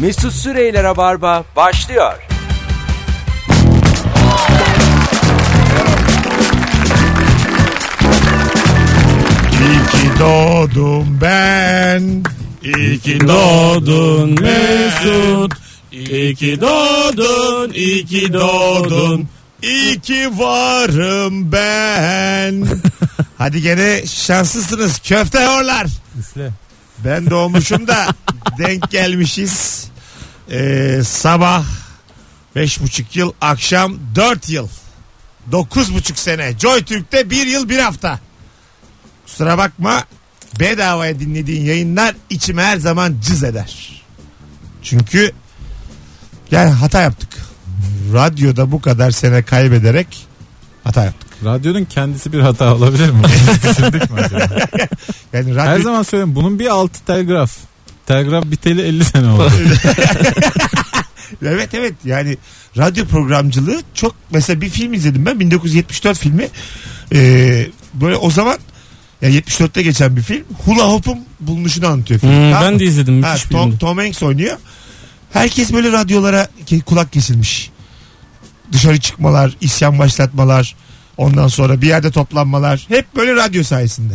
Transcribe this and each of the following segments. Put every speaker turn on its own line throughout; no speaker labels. Mesut Süreyler'e barba başlıyor.
İyi ki doğdum ben. İyi ki doğdun Mesut. İyi ki doğdun, iyi ki doğdun. İyi ki varım ben. Hadi gene şanslısınız köfte horlar.
Üfle.
Ben doğmuşum da denk gelmişiz. Ee, sabah beş buçuk yıl, akşam dört yıl. Dokuz buçuk sene. Joy Türk'te bir yıl bir hafta. Kusura bakma bedavaya dinlediğin yayınlar içime her zaman cız eder. Çünkü yani hata yaptık. Radyoda bu kadar sene kaybederek hata yaptık.
Radyonun kendisi bir hata olabilir mi? Düşündük mü acaba?
Yani
Her
radyo,
zaman söylüyorum bunun bir altı telgraf. Telgraf biteli 50 sene oldu.
Evet evet yani radyo programcılığı çok mesela bir film izledim ben 1974 filmi Ee, böyle o zaman yani 74'te geçen bir film hula hop'un bulunuşunu anlatıyor film.
Hmm,
Tamam
ben
mı?
de izledim
Ha,
müthiş
Tom,
filmdi.
Tom Hanks oynuyor. Herkes böyle radyolara ke- kulak kesilmiş. Dışarı çıkmalar, isyan başlatmalar, ondan sonra bir yerde toplanmalar. Hep böyle radyo sayesinde.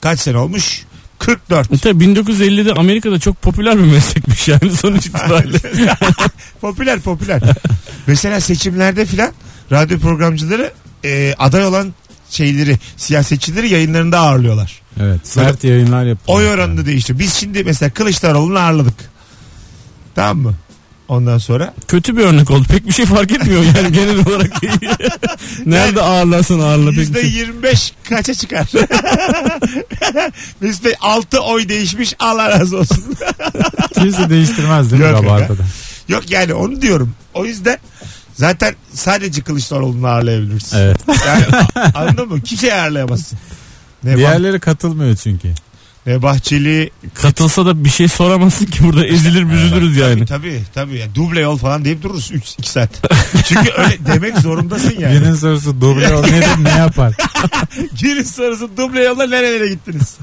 Kaç sene olmuş? 44.
E tabii 1950'de Amerika'da çok popüler bir meslekmiş yani sonuç itibariyle.
popüler popüler. Mesela seçimlerde filan radyo programcıları e, aday olan şeyleri, siyasetçileri yayınlarında ağırlıyorlar.
Evet. Sert yayınlar yapıyor.
Oy oranını değiştiriyor. Biz şimdi mesela Kılıçdaroğlu'nu ağırladık. Tamam mı? Ondan sonra
Kötü bir örnek oldu. Pek bir şey fark etmiyor yani genel olarak. Nerede ağırlarsan ağırla pek bir şey.
%25 kaça çıkar? Mesut Bey 6 oy değişmiş Allah razı olsun.
Kimse değiştirmez değil mi
Yok yok E, ya.
Rabarba'da?
Yok yani onu diyorum. O yüzden zaten sadece Kılıçdaroğlu'nu ağırlayabilirsin.
Evet.
Yani, a- anladın mı? Kimseyi ağırlayamazsın. Ne, bah-
Diğerleri katılmıyor çünkü.
ne Bahçeli
Katılsa da bir şey soramazsın ki burada ezilir büzülürüz yani.
tabii tabii yani duble yol falan deyip dururuz 2 saat. Çünkü öyle demek zorundasın yani.
Birinin sorusu duble ol nedir ne yapar?
Girin sorusu duble yolla nerelere gittiniz?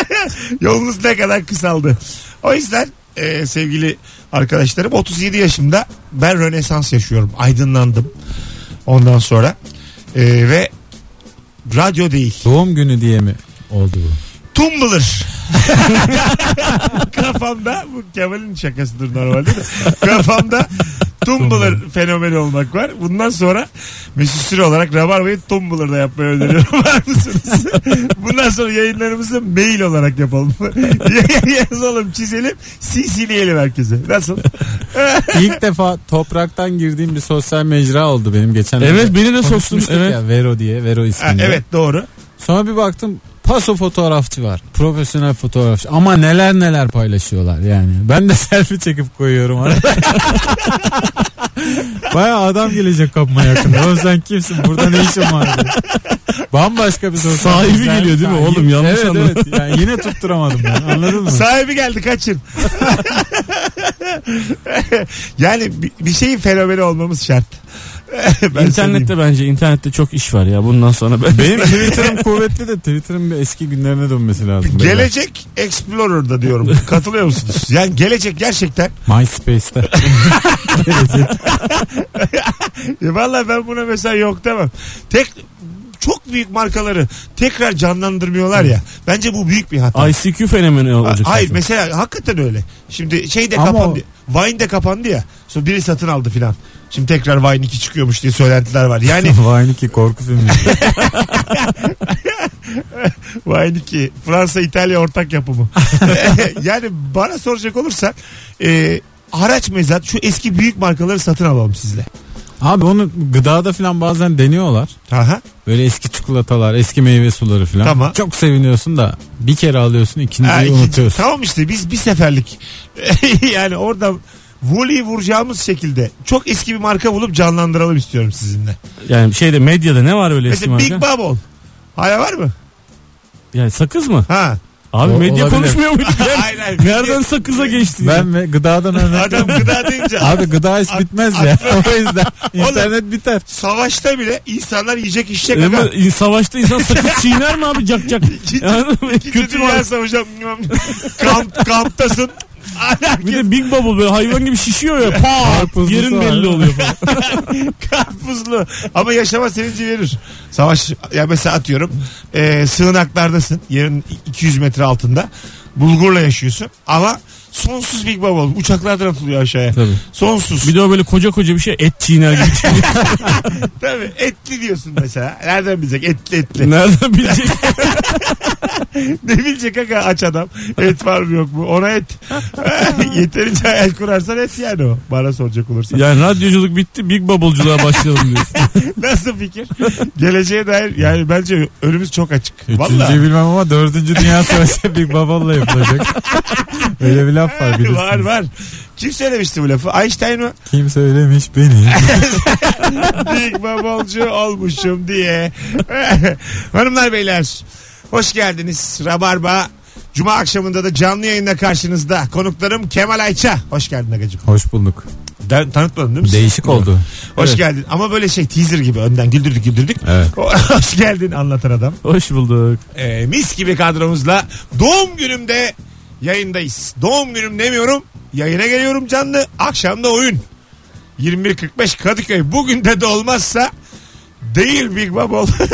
Yolunuz ne kadar kısaldı. O yüzden e, sevgili arkadaşlarım 37 yaşımda ben rönesans yaşıyorum. Aydınlandım ondan sonra. E, ve radyo değil.
Doğum günü diye mi oldu bu?
Tumblr. Kafamda bu Kemal'in şakasıdır normalde de. Kafamda Tumblr fenomeni olmak var. Bundan sonra Mesut Süre olarak Rabarba'yı Tumblr'da yapmayı öneriyorum. Var mısınız? Bundan sonra yayınlarımızı mail olarak yapalım. Yazalım, çizelim, CC'leyelim herkese. Nasıl?
İlk defa topraktan girdiğim bir sosyal mecra oldu benim geçen
Evet beni de soktun.
Konuşmuştuk
Evet.
ya Vero diye Vero
Ha,
isminde.
evet doğru.
Sonra bir baktım paso fotoğrafçı var. Profesyonel fotoğrafçı. Ama neler neler paylaşıyorlar yani. Ben de selfie çekip koyuyorum arada. Baya adam gelecek kapıma yakında. Oğlum sen kimsin? Burada ne işin var? diye. Bambaşka bir soru.
Sahibi geliyor değil mi? Oğlum yanlış
evet,
anladın.
Evet. Yani yine tutturamadım ben. Anladın mı?
Sahibi geldi kaçın. yani bi- bir şeyin fenomeni olmamız şart. Ben söyleyeyim.
İnternette bence internette çok iş var ya bundan sonra ben.
Benim Twitter'ım kuvvetli de Twitter'ın bir eski günlerine dönmesi lazım.
Gelecek Explorer'da diyorum. Katılıyor musunuz? Yani gelecek gerçekten.
MySpace'te.
E, Vallahi ben buna mesela yok demem. Tek çok büyük markaları tekrar canlandırmıyorlar ya. Bence bu büyük bir hata.
ICQ fenomeni olacak.
Hayır
zaten.
mesela hakikaten öyle. Şimdi şey de
Ama
kapandı. Vine de kapandı ya. Sonra biri satın aldı filan. Şimdi tekrar Vine 2 çıkıyormuş diye söylentiler var. Yani
Vay ki korku filmi.
Vine 2 Fransa İtalya ortak yapımı. yani bana soracak olursan e, haraç mezat şu eski büyük markaları satın alalım sizle.
Abi onu gıdada falan bazen deniyorlar.
Aha.
Böyle eski çikolatalar, eski meyve suları falan.
Tamam.
Çok seviniyorsun da bir kere alıyorsun ikinciyi
Ha, ikinci-
unutuyorsun.
Tamam işte biz bir seferlik yani orada voleyi vuracağımız şekilde çok eski bir marka bulup canlandıralım istiyorum sizinle.
Yani şeyde medyada ne var öyle eski
Mesela Big
marka?
Bubble. Hala var mı?
Yani sakız mı?
Ha.
Abi
O-
medya
olabilir.
konuşmuyor muydu? Yani
Hayır, hayır.
Nereden sakıza geçti? ya?
Ben ve gıdadan örnek.
Adam gıda deyince
Abi gıda hiç bitmez ya. o yüzden internet biter.
savaşta bile insanlar yiyecek içecek.
Ama
Ama...
in- savaşta insan sakız çiğner mi abi cak cak?
İkinci-
Yani
İkinci
kötü
Dünya
var.
Savaşı Kamp, kamptasın.
Bir de Big Bubble böyle hayvan gibi şişiyor ya. Pa!
Karpuzlusu
Yerin
var.
belli oluyor falan.
Karpuzlu. Ama yaşama sevinci verir. Savaş ya mesela atıyorum. E, sığınaklardasın. Yerin 200 metre altında. Bulgurla yaşıyorsun. Ama sonsuz Big Bubble. Uçaklardan atılıyor aşağıya.
Tabii.
Sonsuz.
Bir de o böyle koca koca bir şey et çiğner gibi.
Tabii etli diyorsun mesela. Nereden bilecek etli
şey.
etli.
Nereden bilecek?
ne bilecek aga aç adam. Et var mı yok mu? Ona et. Yeterince el kurarsan et yani o. Bana soracak olursan.
Yani radyoculuk bitti Big Bubble'culuğa başlayalım diyorsun.
Nasıl fikir? Geleceğe dair yani bence önümüz çok açık. Vallahi.
Üçüncüyü bilmem ama dördüncü dünya savaşı Big Bubble'la yapılacak. Öyle bir laf var bilirsiniz.
var var. Kim söylemişti bu lafı? Einstein mı?
Kim söylemiş beni?
Big Bubble'cu olmuşum diye. Hanımlar beyler hoş geldiniz. Rabarba Cuma akşamında da canlı yayında karşınızda. Konuklarım Kemal Ayça. Hoş geldin Agacığım.
Hoş bulduk.
Da- Tanıtmadın değil mi?
Değişik oldu.
Hoş
Evet.
geldin. Ama böyle şey teaser gibi önden güldürdük güldürdük.
Evet.
Hoş geldin anlatan adam.
Hoş bulduk.
Ee, mis gibi kadromuzla doğum günümde yayındayız. Doğum günüm demiyorum. Yayına geliyorum canlı. Akşam da oyun. 21.45 Kadıköy. Bugün de de olmazsa değil Big Bubble.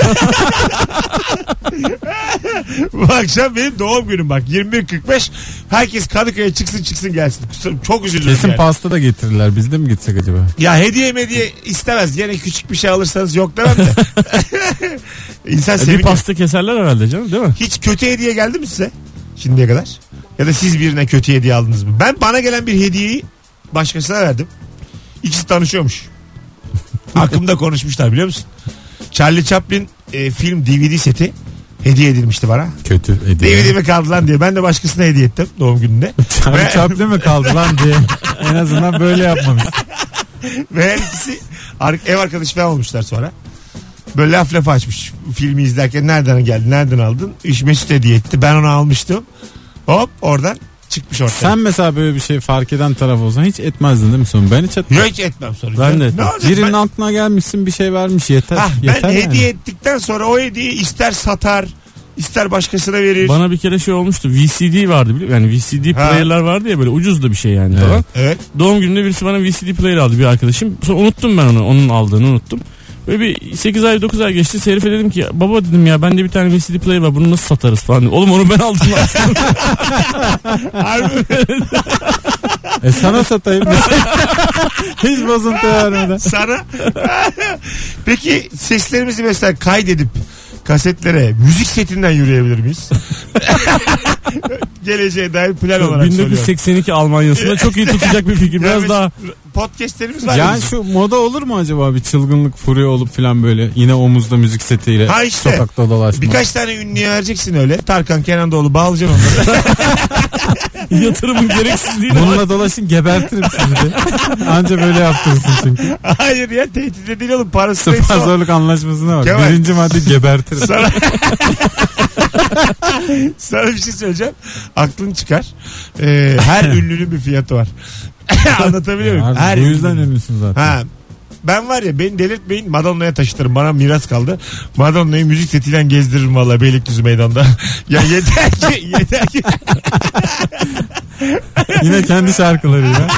Bu akşam benim doğum günüm bak. 21.45 herkes Kadıköy'e çıksın çıksın gelsin. Kusura- Çok üzüldüm
Kesin
yani.
pasta da getirirler. Biz de mi gitsek acaba?
Ya hediye mediye istemez. Yine küçük bir şey alırsanız yok demem de. İnsan
E, bir
sevinir.
pasta keserler herhalde canım değil mi?
Hiç kötü hediye geldi mi size şimdiye kadar? Ya da siz birine kötü hediye aldınız mı? Ben bana gelen bir hediyeyi başkasına verdim. İkisi tanışıyormuş. Aklımda konuşmuşlar biliyor musun? Charlie Chaplin e, film DVD seti hediye edilmişti bana.
Kötü hediye.
DVD'me kaldı lan diye. Ben de başkasına hediye ettim doğum gününde.
Charlie Chaplin mi kaldı lan diye. En azından böyle yapmamış.
Ve her ikisi ar- ev arkadaşı falan olmuşlar sonra. Böyle laf laf açmış. Filmi izlerken nereden geldi, nereden aldın? İş Mesut hediye etti. Ben onu almıştım. Hop oradan çıkmış ortaya.
Sen mesela böyle bir şey fark eden taraf olsan hiç etmezdin değil mi son? Ben hiç etmem.
Yok hiç etmem sonra.
Ben de
Ne
etmem.
olacak?
Birinin
Ben,
altına gelmişsin bir şey vermiş yeter.
Ah, ben
yeter yani.
hediye ettikten sonra o hediyeyi ister satar, ister başkasına verir.
Bana bir kere şey olmuştu. VCD vardı biliyor Yani VCD
Ha.
player'lar vardı ya böyle ucuz da bir şey yani
Evet.
falan.
Evet.
Doğum gününde birisi bana VCD player aldı bir arkadaşım. Sonra unuttum ben onu. Onun aldığını unuttum. Böyle bir 8 ay 9 ay geçti. Herife dedim ki baba dedim ya bende bir tane VCD player var bunu nasıl satarız falan. dedi. Oğlum onu ben aldım. lan.
Harbi
E sana satayım. hiç bozuntu vermeden.
sana. Peki seslerimizi mesela kaydedip kasetlere müzik setinden yürüyebilir miyiz? Geleceğe dair plan olarak söylüyorum.
1982 Almanya'sında çok iyi tutacak bir fikir.
Yani
Biraz daha
Podcastlerimiz var. ya
Yani
bizim.
şu moda olur mu acaba bir çılgınlık furya olup filan böyle yine omuzda müzik setiyle
Ha işte.
sokakta dolaşmak.
Birkaç tane ünlüye vereceksin öyle. Tarkan Kenan Doğulu bağlayacaksın onları.
yatırımın gereksizliğini
Bununla dolaşın gebertirim sizi de. Anca böyle yaptırırsın çünkü.
Hayır ya tehdit de değil oğlum. Parası da
Sponsorluk anlaşmasına bak.
Kemal.
Birinci madde gebertirim.
Sana... Sana bir şey söyleyeceğim. Aklın çıkar. Ee, her ünlünün bir fiyatı var. Anlatabiliyor muyum?
Abi
Her
bu yüzden
ünlünün.
ünlüsün zaten.
Ha, ben var ya beni delirtmeyin Madonna'ya taşıtırım. Bana miras kaldı. Madonna'yı müzik setiyle gezdiririm valla Beylikdüzü meydanda. ya yeter ki yeter ki.
Yine kendi şarkılarıyla.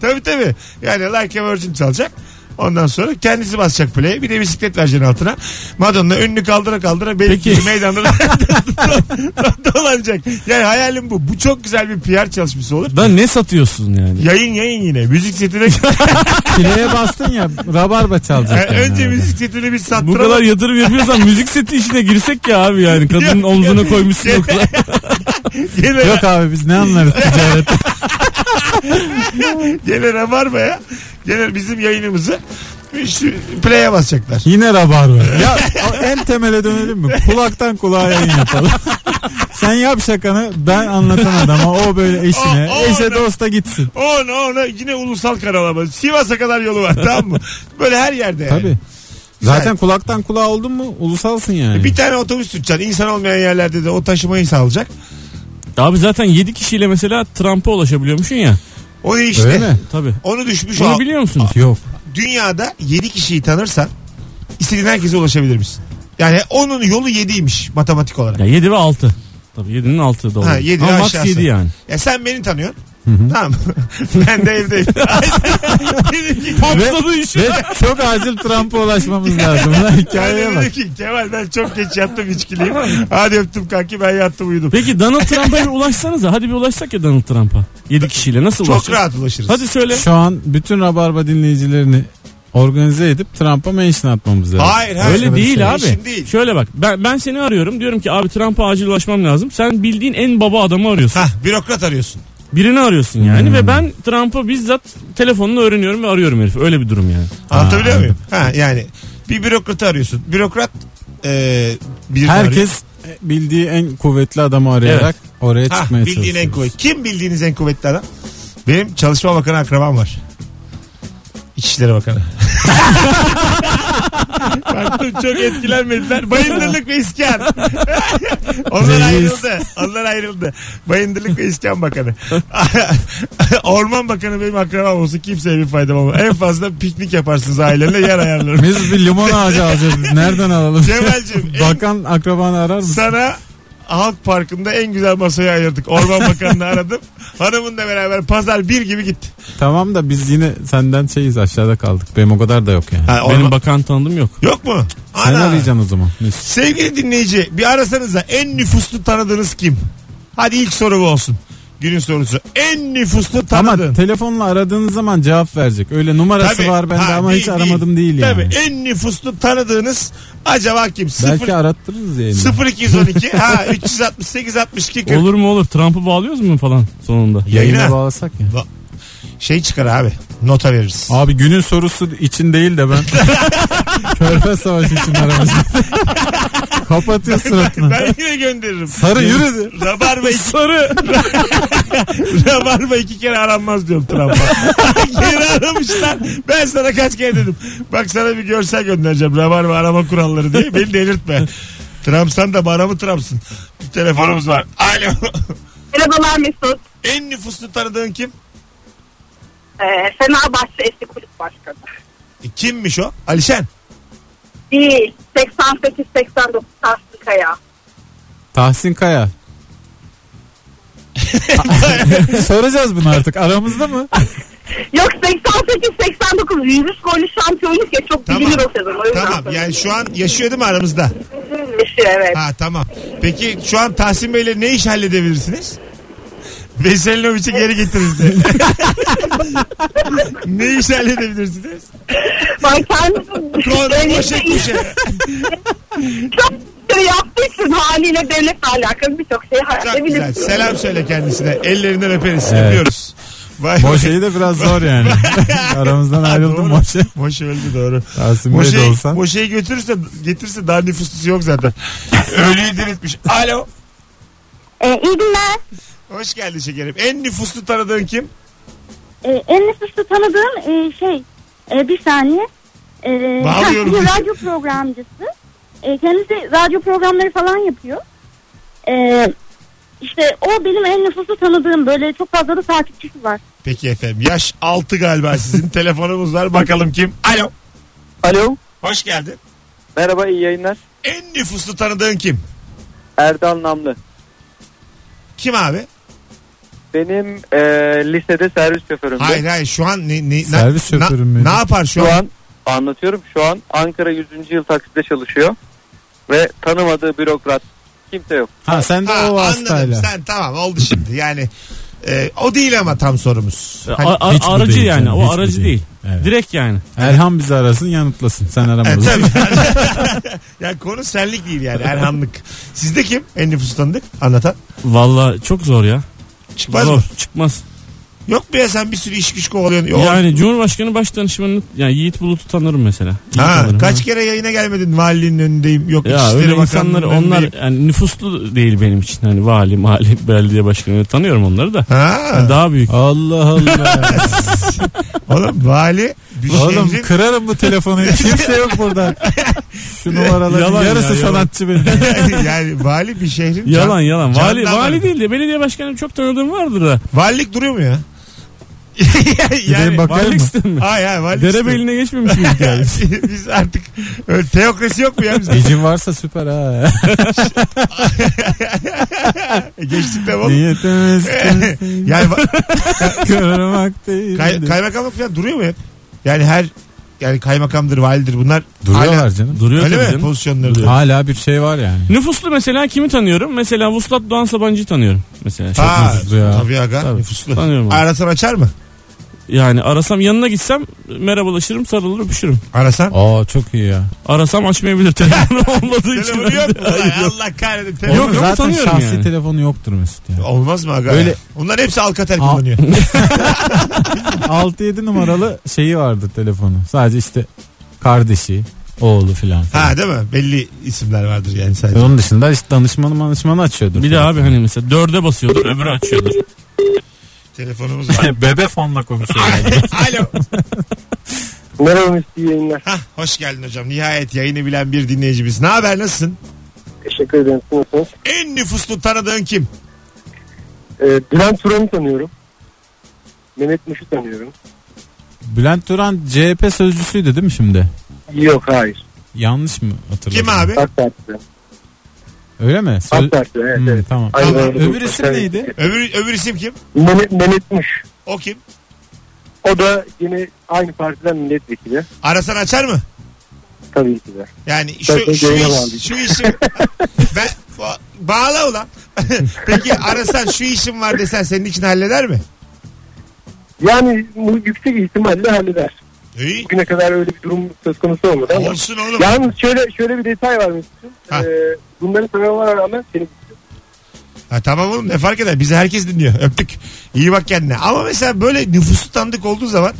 tabii tabii. Yani Like a Virgin çalacak. Ondan sonra kendisi basacak play'e. Bir de bisiklet vereceksin altına. Madonna ünlü kaldıra kaldıra Beylikdüzü
Peki.
meydanda do- dolanacak. Yani hayalim bu. Bu çok güzel bir PR çalışması olur.
Da ne satıyorsun yani?
Yayın yayın yine. Müzik setine
Kileye bastın ya rabarba çalacak. yani
önce
orada.
müzik setini bir
Bu
sattıralım.
kadar yatırım yapıyorsan müzik seti işine girsek ya abi yani. Kadının
Yok,
omzuna koymuşsun o kadar.
Gene,
Yok abi biz ne anlarız ticaret.
gene rabarba ya. Gene bizim yayınımızı şu play'e basacaklar.
Yine rabarba. Ya o en temele dönelim mi? Kulaktan kulağa yayın yapalım. Sen yap şakanı ben anlatan adama o böyle eşine
O- o
eşe
ona.
dosta gitsin.
Ona ona yine ulusal karalama. Sivas'a kadar yolu var tamam mı? Böyle her yerde yani.
Tabii. Zaten kulaktan kulağa oldun mu ulusalsın yani.
Bir tane otobüs tutacaksın. İnsan olmayan yerlerde de o taşımayı sağlayacak.
Abi zaten 7 kişiyle mesela Trump'a ulaşabiliyormuşsun ya.
O ne işte.
Öyle mi?
Tabii.
Onu düşmüş
Bunu
o.
biliyor musunuz?
Yok.
Dünyada 7 kişiyi tanırsan istediğin herkese ulaşabilir misin? Yani onun yolu 7'ymiş matematik olarak.
Ya 7 ve 6. Tabii 7'nin 6 doğru.
Ha, yedi
Ama
aşağısı.
max 7 yani.
Ya sen beni tanıyorsun. Tamam. ben de evdeyim. Benimki
Patladı işi.
Ve çok acil Trump'a ulaşmamız lazım. Lan hikayeye
Aynen
bak.
dedi ki Kemal ben çok geç yattım içkiliyim. Hadi öptüm kanki ben yattım uyudum.
Peki Donald Trump'a bir ulaşsanıza. Hadi bir ulaşsak ya Donald Trump'a. 7 kişiyle nasıl
Çok
ulaşacağız?
rahat ulaşırız.
Hadi söyle.
Şu an bütün Rabarba dinleyicilerini organize edip Trump'a mention atmamız lazım.
Hayır, hayır.
Öyle değil
şey.
abi.
İşin değil.
Şöyle bak ben, ben seni arıyorum. Diyorum ki abi Trump'a acil ulaşmam lazım. Sen bildiğin en baba adamı arıyorsun.
Hah bürokrat arıyorsun.
Birini arıyorsun yani ve ben Trump'a bizzat telefonunu öğreniyorum ve arıyorum herif. Öyle bir durum yani.
Anlatabiliyor muyum? Ha yani bir bürokratı arıyorsun. Bürokrat e, birini arıyor.
Herkes bildiği en kuvvetli adamı arayarak oraya
Ha,
çıkmaya çalışıyor.
bildiğin en kuvvetli. Kim bildiğiniz en kuvvetli adam? Benim çalışma bakanı akrabam var. İçişleri Bakanı. Baktım çok etkilenmediler. Bayındırlık ve İskan. Onlar
Reis.
ayrıldı. Onlar ayrıldı. Bayındırlık ve İskan Bakanı. Orman Bakanı benim akrabam olsun. Kimseye bir faydam olmaz. En fazla piknik yaparsınız ailenle yer ayarlarım.
Biz bir limon ağacı alacağız. Biz Nereden alalım?
Cemal'cim en
Bakan akrabanı arar mısın?
sana Halk Parkı'nda en güzel masayı ayırdık. Orman Bakanı'nı aradım. Hanımınla beraber pazar bir gibi gitti.
Tamam da biz yine senden şeyiz aşağıda kaldık. Benim o kadar da yok yani.
Ha,
Benim
orman-
bakan tanıdığım yok.
Yok mu?
Sen
Ana.
arayacaksın o zaman. Mesut.
Sevgili dinleyici bir arasanıza en nüfuslu tanıdığınız kim? Hadi ilk soru bu olsun. Günün sorusu. En nüfuslu tanıdığın.
Ama telefonla aradığınız zaman cevap verecek. Öyle numarası
Tabii.
var bende
Ha,
ama
değil,
hiç
değil.
aramadım değil, yani.
Tabii en nüfuslu tanıdığınız acaba kim?
Belki
Sıfır-
arattırırız yayında.
0212 ha 368 62 40.
Olur mu olur. Trump'ı bağlıyoruz mu falan sonunda?
Yayına
Yayına.
bağlasak ya.
Şey çıkar abi. Nota veririz.
Abi günün sorusu için değil de ben Körfez Savaşı için aramızda. Kapatıyor suratını.
ben yine gönderirim.
Sarı yürüdü.
Rabarba iki,
Sarı.
rabarba iki kere aranmaz diyorum Trump'a. Geri aramışlar. Ben sana kaç kere dedim. Bak sana bir görsel göndereceğim. Rabarba arama kuralları diye. Beni delirtme. Trump'san da bana mı Trump'sın? Bir telefonumuz var. Alo.
Merhabalar Mesut.
en nüfuslu tanıdığın kim?
Ee, Fenerbahçe eski kulüp başkanı.
E, kimmiş o? Alişen.
Değil. 88-89 Tahsin Kaya.
Tahsin Kaya. Soracağız bunu artık. Aramızda mı?
Yok 88-89 Yürüyüş golü şampiyonluk ya çok
Tamam.
bilinir o sezon. O yüzden
Tamam. Yani şu an yaşıyor değil mi aramızda?
Yaşıyor, evet.
Ha tamam. Peki şu an Tahsin Bey'le ne iş halledebilirsiniz? Veselinovic'i geri getiririz diye. ne iş halledebilirsiniz?
Ben kendim
Kron poşet
devlette
poşet.
çok şey yaptığı için haliyle devletle alakalı birçok şey
Çok güzel.
halledebilirsin.
Selam söyle kendisine. Ellerinden öperiz.
Evet.
Öpüyoruz. Vay vay.
Moşe'yi de biraz zor yani. Aramızdan
Ha,
ayrıldım
doğru.
Moşe.
Moşe öldü doğru.
Tahsin Bey de
Moşe'yi
olsan.
Moşe'yi götürürse getirse daha nüfuslusu yok zaten. Ölüyü diriltmiş. Alo.
Ee, iyi günler.
Hoş geldin şekerim. En nüfuslu tanıdığın kim?
Ee, en nüfuslu tanıdığım e, şey e, bir saniye. Ee,
Bağlıyorum.
bir radyo programcısı. Ee, kendisi radyo programları falan yapıyor. Ee, işte o benim en nüfuslu tanıdığım böyle çok fazla da takipçisi var.
Peki efendim. Yaş 6 galiba sizin. Telefonumuz var. Bakalım kim? Alo.
Alo.
Hoş geldin.
Merhaba iyi yayınlar.
En nüfuslu tanıdığın kim?
Erdal Namlı.
Kim abi?
Benim e, lisede servis şoförümdü.
Hayır hayır şu an ne, ne,
Servis
na-
şoförüm
na-
benim.
Ne yapar şu,
Şu
an?
an anlatıyorum. Şu an Ankara 100. yıl takside çalışıyor. Ve tanımadığı bürokrat kimse yok.
Ha sen de
Ha,
o
anladım
hastayla.
sen tamam oldu şimdi. Yani e, o değil ama tam sorumuz. Hani-
A- a-
Hiç bu
aracı
değil
yani.
canım, hiç
O
bu
aracı
değil.
değil.
Evet.
Direkt yani.
Erhan bizi arasın yanıtlasın. Sen
E,
aramadın.
tabii. ya konu senlik değil yani Erhanlık. Sizde kim en nüfuslu tanıdık anlatan?
Valla çok zor ya.
Çıkmaz
zor.
mı?
Çıkmaz.
Yok mu ya sen bir sürü iş güç kovalıyorsun? Yok.
Yani Cumhurbaşkanı Başdanışmanı yani Yiğit Bulut'u tanırım mesela. İyi
ha,
tanırım,
kaç kere yayına gelmedin valinin önündeyim. Yok
Ya
İçişleri
öyle
Bakanlığı'nın
insanlar
önündeyim.
onlar yani nüfuslu değil benim için. Hani vali, mali, belediye başkanı tanıyorum onları da.
Ha.
Yani daha büyük.
Allah Allah.
Oğlum vali bir şey
Oğlum
şehrin-
kırarım bu telefonu. Kimse yok burada. Şu numaraların
Yalan ya,
yarısı
yalan.
sanatçı benim.
yani vali bir şehrin
Yalan
can-
yalan. Vali,
candan-
vali değil de belediye başkanı çok tanıdığım vardır da.
Valilik duruyor mu ya? yani,
Gidelim bakalım
Varlık
mı?
sistemi mi?
hayır hayır valilik
Derebeyliğine geçmemiş mi hikayesi?
sistemi. Biz artık öyle teokrasi yok mu ya bizde?
Gecin varsa süper ha.
E, Geçtik de oğlum.
Niyetimiz
yani va-
kırmak değil.
kay- kaymakamlık falan duruyor mu hep? Yani her yani kaymakamdır, validir bunlar.
Duruyorlar
hala-
canım.
Duruyor
Öyle
tabii
mi
canım.
pozisyonları?
Hala bir şey var yani.
Nüfuslu mesela kimi tanıyorum? Mesela Vuslat Doğan Sabancı'yı tanıyorum. Mesela çok
Ha,
nüfuslu.
nüfuslu ya.
Tabii aga
Tabii.
nüfuslu.
Tanıyorum onu.
Arasan açar mı?
Yani arasam yanına gitsem merhabalaşırım sarılır öpüşürüm.
Arasan.
Aa çok iyi ya.
Arasam açmayabilir telefonu olmadığı için.
Telefonu yok mu?
Hayır,
Ay,
şey yok.
Allah kahretsin.
Yok,
Telefon.
Onun
yok,
zaten
tanıyorum
şahsi
yani.
telefonu yoktur Mesut ya.
Olmaz mı aga?
Böyle-
ya? Bunların hepsi Alcatel
Al-
kullanıyor.
6-7 numaralı şeyi vardı telefonu. Sadece işte kardeşi, oğlu filan. filan.
ha değil mi? Belli isimler vardır yani
Ve
sadece.
Onun dışında işte danışmanı danışmanı açıyordur.
Bir de abi hani mesela dörde basıyordur öbürü açıyordur.
Telefonumuz var.
Bebe fonla konuşuyor.
Alo.
Merhaba Mesut iyi yayınlar.
Hah, hoş geldin hocam. Nihayet yayını bilen bir dinleyicimiz. Ne haber nasılsın?
Teşekkür ederim. Siz nasılsınız?
En nüfuslu tanıdığın kim?
Ee, Bülent Turan'ı tanıyorum. Mehmet Muş'u tanıyorum.
Bülent Turan CHP sözcüsüydü değil mi şimdi?
Yok hayır.
Yanlış mı hatırladım?
Kim abi?
AK Parti'de.
Öyle mi?
AK Parti'de evet
Hmm,
evet.
tamam.
Aynı
Tamam.
zamanda
Öbür
bir-
isim neydi?
Öbür, öbür isim kim?
Mehmet, Mehmet Muş.
O kim?
O da yine aynı partiden milletvekili.
Arasan açar mı?
Tabii ki de.
Yani şu,
Zaten
şu,
yayına
iş,
bağlı.
şu işim... ben... ba- Bağla ulan. Peki arasan şu işim var desen senin için halleder mi?
Yani bu yüksek ihtimalle halleder.
İyi.
Bugüne kadar öyle bir durum söz konusu olmadı ama.
Olsun oğlum.
Yalnız şöyle şöyle bir detay var Mesut'cum.
Ha.
Ee, bunları tanımama rağmen seni
Ha, tamam oğlum ne fark eder bizi herkes dinliyor öptük iyi bak kendine ama mesela böyle nüfusu tanıdık olduğu zaman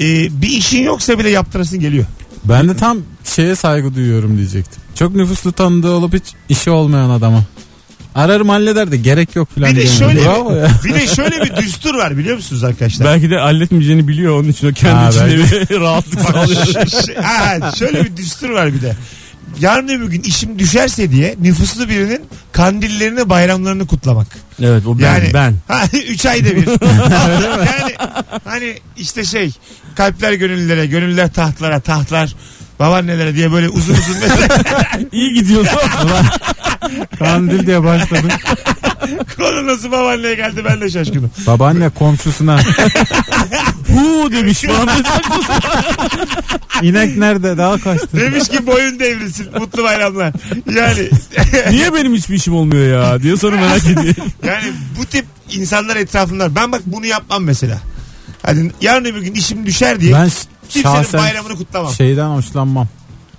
e, bir işin yoksa bile yaptırasın geliyor.
Ben de tam şeye saygı duyuyorum diyecektim. Çok nüfuslu tanıdığı olup hiç işi olmayan adama. Ararım halleder de gerek yok filan.
Bir de
diyemem.
şöyle
Bravo ya.
bir, bir de şöyle bir düstur var biliyor musunuz arkadaşlar?
Belki de halletmeyeceğini biliyor onun için o kendi
Ha,
içinde bir rahatlık
Bak,
sağlıyor.
ş- ş- ha, ha, şöyle bir düstur var bir de. Yarın öbür gün işim düşerse diye nüfuslu birinin kandillerini bayramlarını kutlamak.
evet o ben.
Yani
ben.
Ha, üç ayda bir. yani hani işte şey kalpler gönüllere, gönüller tahtlara, tahtlar babaannelere diye böyle uzun uzun mesela
İyi gidiyorsun.
Kandil diye başladım.
Konu nasıl babaanneye geldi ben de şaşkınım.
Babaanne komşusuna
Huu demiş falan.
inek nerede daha kaçtı.
Demiş ki boyun devrilsin mutlu bayramlar. Yani
Niye benim hiçbir işim olmuyor ya diye sonra merak ediyor.
yani bu tip insanlar etrafında ben bak bunu yapmam mesela. Hadi yarın öbür gün işim düşer diye
Ben ş-
kimsenin
şahsen
bayramını kutlamam.
şeyden hoşlanmam.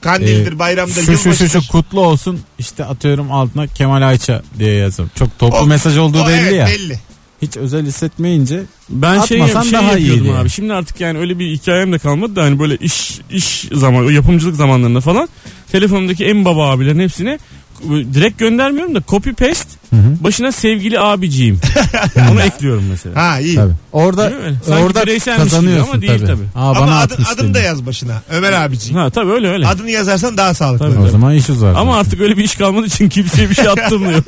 Kandildir,
Ee,
bayramdır,
şu şu şu
yılbaşıdır.
şu kutlu olsun işte atıyorum altına Kemal Ayça diye yazıyorum. Çok toplu
O-
mesaj olduğu
o
belli
evet,
ya.
belli.
Hiç özel hissetmeyince
Ben şey,
Atmasan
şey
daha
yapıyordum
iyiydi.
abi. Şimdi artık yani öyle bir hikayem de kalmadı da hani böyle iş iş zaman o yapımcılık zamanlarında falan telefonumdaki en baba abilerin hepsine e, direkt göndermiyorum da copy paste başına sevgili abiciğim. Onu ekliyorum mesela.
Ha iyi.
tabii. Orada
Değil mi? Sanki
orada
bireyselmiş gibi
kazanıyorsun
ama değil
tabii.
tabii.
Aa,
Ama
bana
adı,
atmış
adım
dedi.
da yaz başına. Ömer abiciğim.
Ha tabii öyle öyle.
Adını yazarsan daha sağlıklı.
Tabii.
O zaman iş uzar.
Ama artık öyle bir iş kalmadığı için kimseye bir şey attım yok.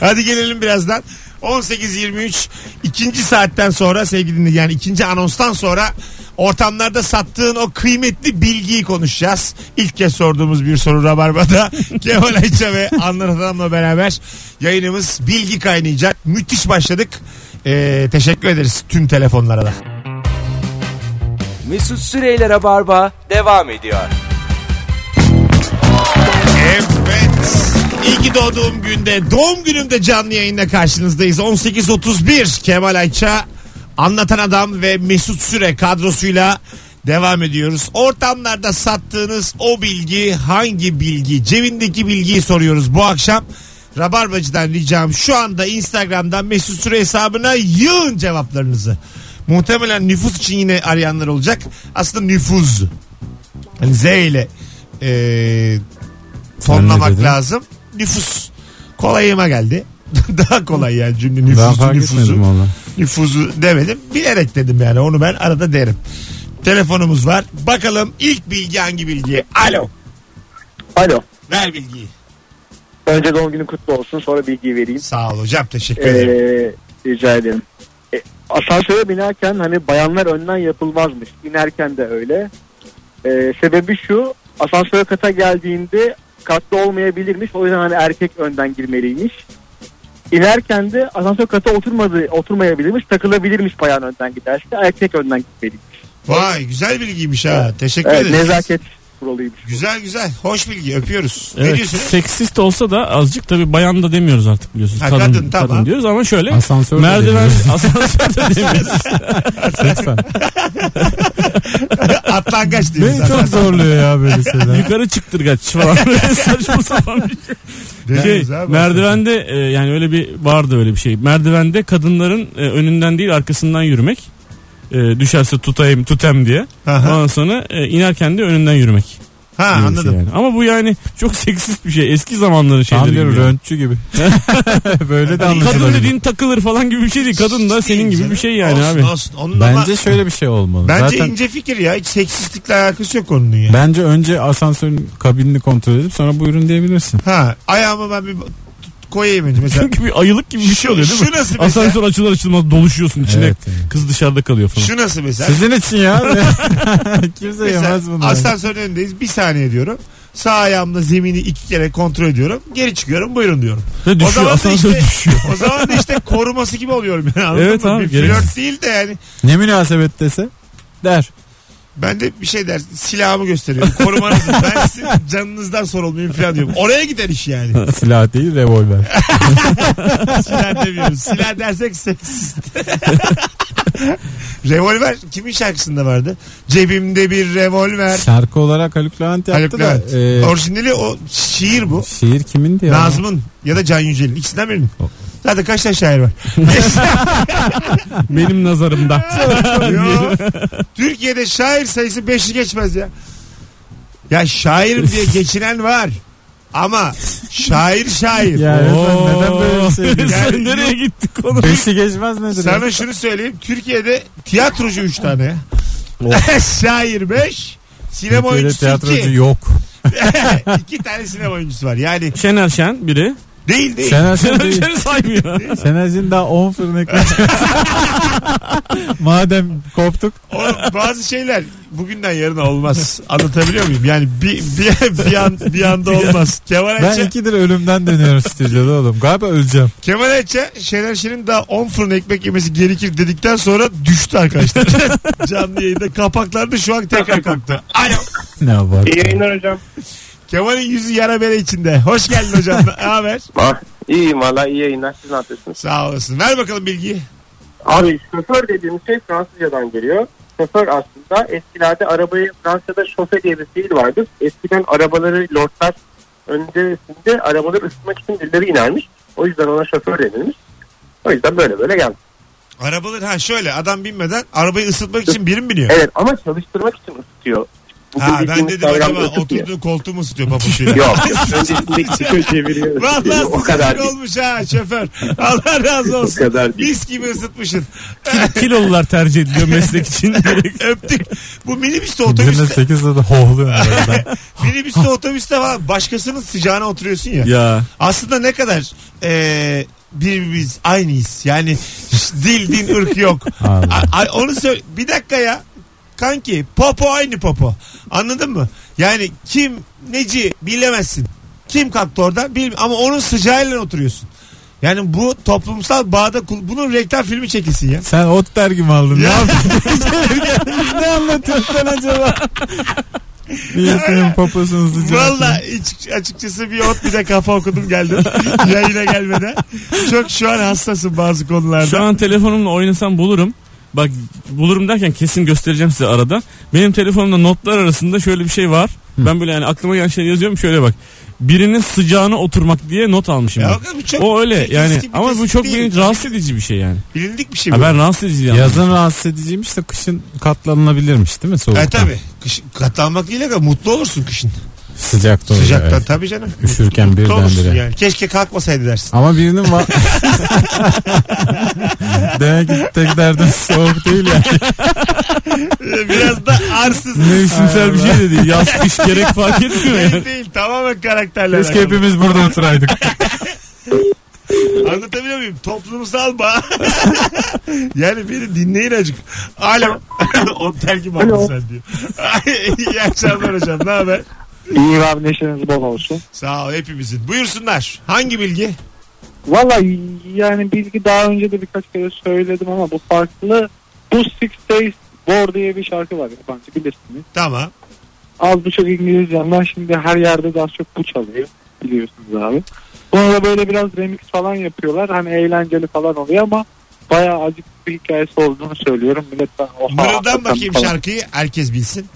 Hadi gelelim birazdan. 18.23 ikinci saatten sonra sevgili dinleyiciler, yani ikinci anonstan sonra ortamlarda sattığın o kıymetli bilgiyi konuşacağız. İlk kez sorduğumuz bir soru Rabarba'da Kemal Ayça ve Anlar Adam'la beraber yayınımız bilgi kaynayacak. Müthiş başladık. Ee, teşekkür ederiz tüm telefonlara da.
Mesut Süreyler'e barba devam ediyor.
Evet. İyi ki doğduğum günde doğum günümde canlı yayında karşınızdayız. 18.31 Kemal Ayça Anlatan Adam ve Mesut Süre kadrosuyla devam ediyoruz. Ortamlarda sattığınız o bilgi hangi bilgi? Cebindeki bilgiyi soruyoruz bu akşam. Rabarbacı'dan ricam şu anda Instagram'dan Mesut Süre hesabına yığın cevaplarınızı. Muhtemelen nüfus için yine arayanlar olacak. Aslında nüfuz. Hani Z ile e,
Sen ne
fonlamak
dedin?
lazım. Nüfus. Kolayıma geldi. Daha kolay yani cümle
ben
nüfusu,
fark
nüfusu,
etmedim valla.
nüfusu demedim. Bilerek dedim yani onu ben arada derim. Telefonumuz var. Bakalım ilk bilgi hangi bilgi? Alo.
Alo.
Ver bilgiyi.
Önce doğum günün kutlu olsun sonra bilgiyi vereyim.
Sağ ol hocam teşekkür ederim.
Ee, rica ederim. E, asansöre binerken hani bayanlar önden yapılmazmış. İnerken de öyle. Ee, sebebi şu asansöre kata geldiğinde katta olmayabilirmiş. O yüzden hani erkek önden girmeliymiş. İnerken de asansör kata oturmadı, oturmayabilirmiş. Takılabilirmiş bayan önden giderse. Erkek önden gitmeliymiş.
Vay güzel bilgiymiş ha. Teşekkür
Ee, Evet,
ederiz.
nezaket kuralıymış.
Güzel güzel. Hoş bilgi. Öpüyoruz. Ne
Evet,
diyorsunuz?
seksist olsa da azıcık tabii bayan da demiyoruz artık biliyorsunuz.
Ha,
kadın,
kadın,
kadın,
tamam.
diyoruz ama şöyle
Asansör de
merdiven
demiyoruz.
asansör de demiyoruz.
Lütfen.
Atlangaç diyoruz.
Beni çok
zaten.
zorluyor ya böyle şeyler.
Yukarı çıktırgaç falan. Böyle Saçma sapan bir şey.
Dönüyoruz abi.
merdivende e, yani öyle bir vardı öyle bir şey. Merdivende kadınların e, önünden değil arkasından yürümek. E, düşerse tutayım tutem diye.
Aha.
Ondan sonra e, inerken de önünden yürümek.
Ha
gibi bir şey
anladım.
yani. Ama bu yani çok seksist bir şey. Eski zamanların
Tam
şeyleri
bir
gibi. yani.
röntçü gibi. böyle de
Kadın
anlaşılabilir.
dediğin takılır falan gibi bir şey değil. Kadın da senin gibi bir şey yani
olsun,
abi.
Olsun Onun ama-
Bence şöyle bir şey olmalı.
Bence
Zaten
ince fikir ya. Hiç seksistlikle alakası yok konunun ya.
bence önce asansörün kabinini kontrol edip sonra buyurun diyebilirsin.
Ha ayağımı ben bir tut- koyayım önce mesela.
Çünkü bir ayılık gibi bir şey oluyor değil mi?
Şu nasıl mesela?
Asansör açılır açılmaz doluşuyorsun içine.
Evet, evet.
Kız dışarıda kalıyor falan.
Şu nasıl mesela?
Sizin için ya. Kimse
Mesela
yemez bunu.
asansörün önündeyiz. Bir saniye diyorum. Sağ ayağımla zemini iki kere kontrol ediyorum. Geri çıkıyorum buyurun diyorum.
Ve
o
düşüyor
zaman da
asansör
işte,
düşüyor.
o zaman da işte koruması gibi oluyorum yani anladın
Evet
mı?
abi,
bir
gereksiz.
flört değil de yani.
Ne münasebet dese der.
Ben de bir şey der silahımı gösteriyorum. Korumanızı ben sizin canınızdan sorulmayayım falan diyorum. Oraya gider iş yani.
Silah değil revolver.
Silah demiyoruz. Silah dersek seksist. revolver kimin şarkısında vardı? Cebimde bir revolver.
Şarkı olarak Haluk Levent yaptı
Haluk
da.
Levent.
e,
Orijinali o şiir bu.
şiir kimindi ya?
Nazım'ın ya da Can Yücel'in ikisinden birinin. Zaten kaç tane şair var?
Benim nazarımda.
Yo. Türkiye'de şair sayısı 5'i geçmez ya. Ya şairim diye geçinen var. Ama şair şair.
Ya
Oo.
efendim, neden böyle bir şey yapıyorsun?
Sen nereye gittik konu?
Beşi geçmez nedir? ya?
Sana şunu söyleyeyim. Türkiye'de tiyatrocu 3 tane. ya. şair 5. Sinema
Oh. Türkiye'de
oyuncusu
tiyatrocu
2.
yok.
iki tane sinema oyuncusu var. Yani
Şener Şen biri.
değil değil.
Şener Şen
Şener
değil.
Şen'i saymıyor.
Şener Şen daha 10 fırnak Madem koptuk.
O, bazı şeyler bugünden yarına olmaz. Anlatabiliyor muyum? Yani bir, bir, bir, an, bir anda olmaz. Kemal Ayça,
Ben ikidir ölümden dönüyorum stüdyoda oğlum. Galiba öleceğim.
Kemal Ayça Şener Şen'in daha 10 fırın ekmek yemesi gerekir dedikten sonra düştü arkadaşlar. Canlı yayında kapaklandı şu an tekrar kalktı. Alo.
Ne var?
hocam.
Kemal'in yüzü yara bere içinde. Hoş geldin hocam. Ne haber?
İyiyim valla Ah, iyi yayınlar. Siz ne yapıyorsunuz?
Sağ olasın. Ver bakalım bilgiyi.
Abi şoför dediğimiz şey Fransızcadan geliyor. Şoför aslında eskilerde arabayı Fransa'da şoför diye bir fiil vardır. Eskiden arabaları lordlar öncesinde arabaları ısıtmak için dilleri inermiş. O yüzden ona şoför denilmiş. O yüzden böyle böyle geldi.
Arabalar ha şöyle adam binmeden arabayı ısıtmak için biri mi biniyor?
Evet ama çalıştırmak için ısıtıyor. Bugün
Ha ben
bildiğimiz
dedim
kavram
acaba
ısıtıyor.
oturduğu koltuğu mu ısıtıyor papuçuyla?
Yok. Öncesindeki çıkıyor çeviriyor.
Vallahi
o kadar.
sıcak olmuş ha şoför. Allah razı olsun.
O kadar değil.
Mis gibi ısıtmışsın.
Kilolular tercih ediliyor meslek için. Direkt.
Öptük. Bu minibüste
Bizim de
otobüste,
8 sırada hoğluyorum arada.
minibüste otobüste falan başkasının sıcağına oturuyorsun ya.
ya.
Aslında ne kadar eee birbirimiz aynıyız. Yani dil din ırk yok.
Abi.
A- a- onu söyle. Bir dakika ya. Kanki popo aynı popo. Anladın mı? Yani kim neci bilemezsin. Kim kalktı oradan bilmiyorum. Ama onun sıcağıyla oturuyorsun. Yani bu toplumsal bağda kul- bunun reklam filmi çekilsin ya.
Sen ot der gibi aldın. Ne
Ya.
yaptın? ne anlatıyorsun sen acaba? İyisinin poposunu sıcak.
Valla iç- açıkçası bir ot bir de kafa okudum geldim. Yayına gelmeden. Çok şu an hassasım bazı konularda.
Şu an telefonumla oynasam bulurum. Bak bulurum derken kesin göstereceğim size arada. Benim telefonumda notlar arasında şöyle bir şey var. Ben böyle yani aklıma gelen şeyleri yazıyorum şöyle bak. Birinin sıcağına oturmak diye not almışım.
Ya
ben.
bu çok
o öyle
teknik
yani
bir
ama bu
tespit
çok
değil.
beni rahatsız edici bir şey yani.
Bilindik bir şey bu.
Ha, ben rahatsız edici yani.
Yazın rahatsız ediciymiş de kışın katlanılabilirmiş değil mi soğukta?
E tabi. Kış, katlanmak değil ama mutlu olursun kışın.
Sıcakta oluyor.
Sıcaktan
evet.
tabii canım.
Üşürken
Mutlu olursun
birdenbire.
yani. Keşke kalkmasaydı dersin.
Ama birinin var. Demek ki tek derdin soğuk değil ya.
Biraz da arsız.
Mevsimsel bir şey de değil. Yaz kış gerek fark etmiyor
değil,
yani.
değil. Tamamen karakterle
Keşke
alakalı.
hepimiz burada oturaydık.
Anlatabiliyor muyum? Toplumsal bağ. yani beni dinleyin acık. Alo. o terki bağlı
Alo.
sen diyor. İyi akşamlar hocam. Ne haber?
İyi abi neşeniz bol olsun.
Sağ ol hepimizin. Buyursunlar. Hangi bilgi?
Valla yani bilgi daha önce de birkaç kere söyledim ama bu farklı. Bu Six Days War diye bir şarkı var yabancı bilirsiniz.
Tamam.
Az buçuk İngilizcemden şimdi her yerde daha çok bu çalıyor biliyorsunuz abi. Buna da böyle biraz remix falan yapıyorlar. Hani eğlenceli falan oluyor ama bayağı acıklı bir hikayesi olduğunu söylüyorum. Millet ben oha.
Mırıldan
hakikaten
bakayım
falan.
şarkıyı. Herkes bilsin.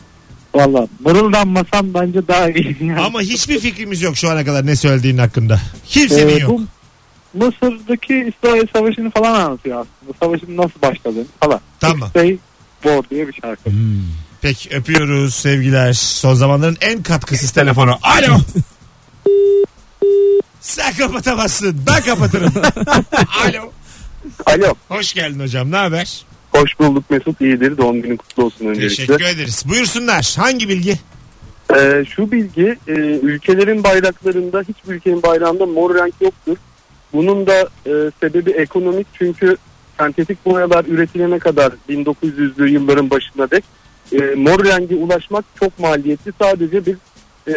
Valla mırıldanmasam bence daha iyi. Yani.
Ama hiçbir fikrimiz yok şu ana kadar ne söylediğin hakkında. Kimsenin
Ee,
yok.
bu Mısır'daki İsrail Savaşı'nı falan anlatıyor aslında. Savaşın nasıl başladığını falan.
Tamam.
Day War diye bir şarkı.
Peki öpüyoruz sevgiler. Son zamanların en katkısız telefonu. Alo. Sen kapatamazsın. Ben kapatırım. Alo.
Alo.
Hoş geldin hocam. Ne haber?
Hoş bulduk Mesut. iyidir. Doğum günün kutlu olsun öncelikle.
Teşekkür ederiz. Buyursunlar. Hangi bilgi?
Ee, şu bilgi e, ülkelerin bayraklarında hiçbir ülkenin bayrağında mor renk yoktur. Bunun da e, sebebi ekonomik çünkü sentetik boyalar üretilene kadar 1900'lü yılların başına dek e, mor rengi ulaşmak çok maliyetli. Sadece bir e,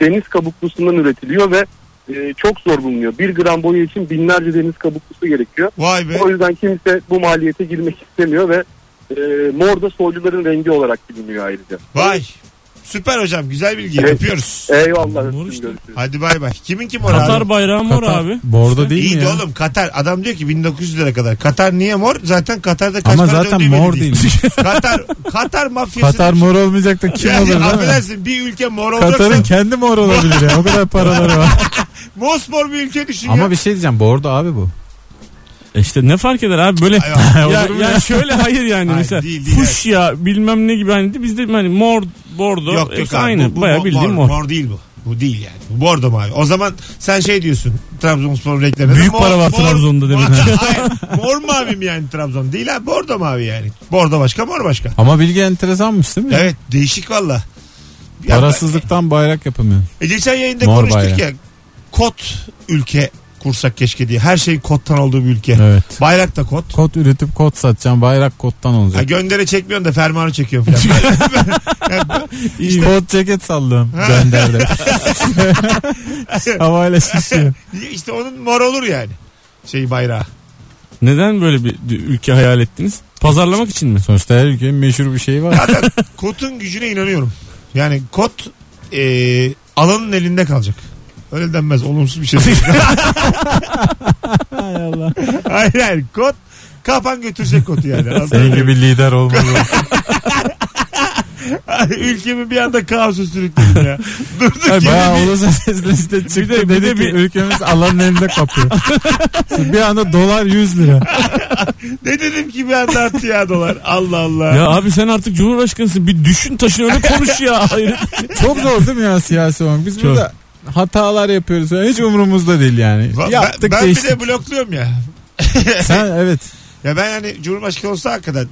deniz kabuklusundan üretiliyor ve e, çok zor bulunuyor. Bir gram boya için binlerce deniz kabuklusu gerekiyor.
Vay be.
O yüzden kimse bu maliyete girmek istemiyor ve e, mor da soyluların rengi olarak biliniyor ayrıca.
Vay. Süper hocam. Güzel bilgi.
Evet.
Öpüyoruz.
Eyvallah.
Mor
öptüm,
işte.
görüşürüz.
Hadi bay bay. Kimin kim orada?
Katar bayrağı mor abi.
Bordo değil
İyi
mi
de
ya?
oğlum Katar. Adam diyor ki 1900 lira kadar. Katar niye mor? Zaten Katar'da kaç
Ama
para
zaten
döndüğü belli
mor değil.
Katar, Katar mafyası.
Katar mor olmayacak da kim
yani
olur değil mi?
affedersin bir ülke mor olursa
Katar'ın kendi mor olabilir ya. O kadar paraları var.
mosmor bir ülke düşün ya.
Ama bir şey diyeceğim. Bordo abi bu.
E İşte ne fark eder abi böyle.
Ay, ay,
ya,
olur mu
ya şöyle hayır yani
Hayır,
mesela
değil, değil,
fuş ya bilmem ne gibi hani de bizde hani mor bordo
Yok yok
hepsi
abi.
aynı
Bu- bu
bayağı bildiğin
mor.
mor.
Mor değil bu. Bu değil yani. Bu bordo mavi. O zaman sen şey diyorsun. Trabzonspor renklerine.
Büyük
mor-
para var
mor-
Trabzon'da demek.
Hayır, mor mavi mi yani Trabzon? Değil ha bordo mavi yani. Bordo başka mor başka.
Ama bilgi enteresanmış değil mi?
Evet değişik valla. Ya
Parasızlıktan bayrak yapamıyor.
E, geçen yayında
Mor
konuştuk
bayrak.
ya. Kot ülke kursak keşke diye. Her şey kottan olduğu bir ülke.
Evet.
Bayrak da kot.
Kod üretip kod satacağım. Bayrak kodtan
Ha,
olacak.
göndere çekmiyorsun da fermuarı çekiyorsun falan. Yani bu-
Kod ceket sallıyorum. Gönderdi. Havayla şişiyor.
işte onun mor olur yani. Şey bayrağı.
Neden böyle bir dü- ülke hayal ettiniz? Pazarlamak için mi?
Sonuçta her ülkenin meşhur bir şeyi var.
Zaten kotun gücüne inanıyorum. Yani kot e, alanın elinde kalacak. Öyle denmez. Olumsuz bir şey değil.
Hay Allah.
hayır hayır. Kot kapan götürecek kotu yani. Anladın
Senin
mı?
gibi lider olmalı.
Ülkemi bir anda kaosu sürükledim ya. Durduk
Ay,
yere
bayağı
bir-
olursa sesle işte çıktı. Bir de,
de- bir
dedi
de
ki
bir-
ülkemiz Allah'ın elinde kapıyor. bir anda dolar 100 lira.
Ne dedim ki bir anda arttı ya dolar. Allah Allah.
Ya abi sen artık cumhurbaşkanısın bir düşün taşın öyle konuş ya. Hayır.
Çok zor değil mi ya siyasi olmak? Biz
Çok.
burada hatalar yapıyoruz. Hiç umurumuzda değil yani.
Va- ben-
Yaptık
ben, bir
değiştik.
de blokluyorum ya.
Sen evet.
Ya ben yani Cumhurbaşkanı olsa hakikaten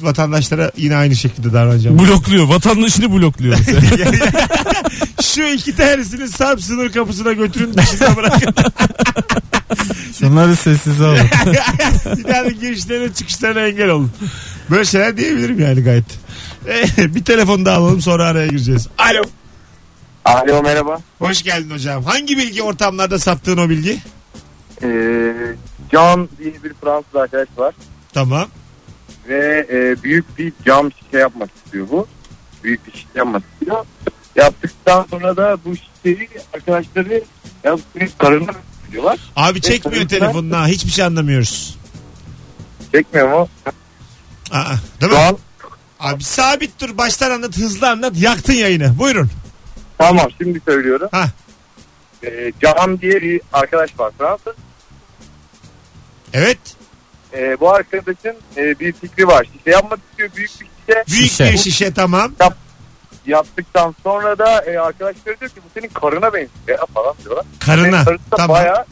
vatandaşlara yine aynı şekilde davranacağım.
blokluyor vatandaşını blokluyor. mesela.
Şu iki tanesini Sarp sınır kapısına götürün dışında bırakın.
Şunları sessize alın.
yani girişlerine çıkışlarına engel olun. Böyle şeyler diyebilirim yani gayet. E, bir telefon daha alalım sonra araya gireceğiz. Alo.
Alo merhaba.
Hoş geldin hocam. Hangi bilgi ortamlarda saptığın o bilgi?
Ee, Can diye bir Fransız arkadaş var
Tamam.
ve e, büyük bir cam şişe yapmak istiyor bu. Büyük bir şişe yapmak istiyor. Yaptıktan sonra da bu şişeyi arkadaşları yapıp karına diyorlar.
Abi çekmiyor telefonunu ha. Hiçbir şey anlamıyoruz.
Çekmiyor mu?
Aa, değil mi?
Şu an
Abi sabit dur. Baştan anlat. Hızlı anlat. Yaktın yayını. Buyurun.
tamam şimdi söylüyorum.
Ha.
Ee, Can diye bir arkadaş var Fransız.
Evet.
Ee, bu arkadaşın e, bir fikri var. Şişe yapmak istiyor büyük bir şişe.
Büyük
Şişe.
bir şişe tamam.
Yaptıktan sonra da e, arkadaşları diyor ki bu senin karına benziyor ya falan diyorlar.
Karına.
Senin karısı da
Tamam.
bayağı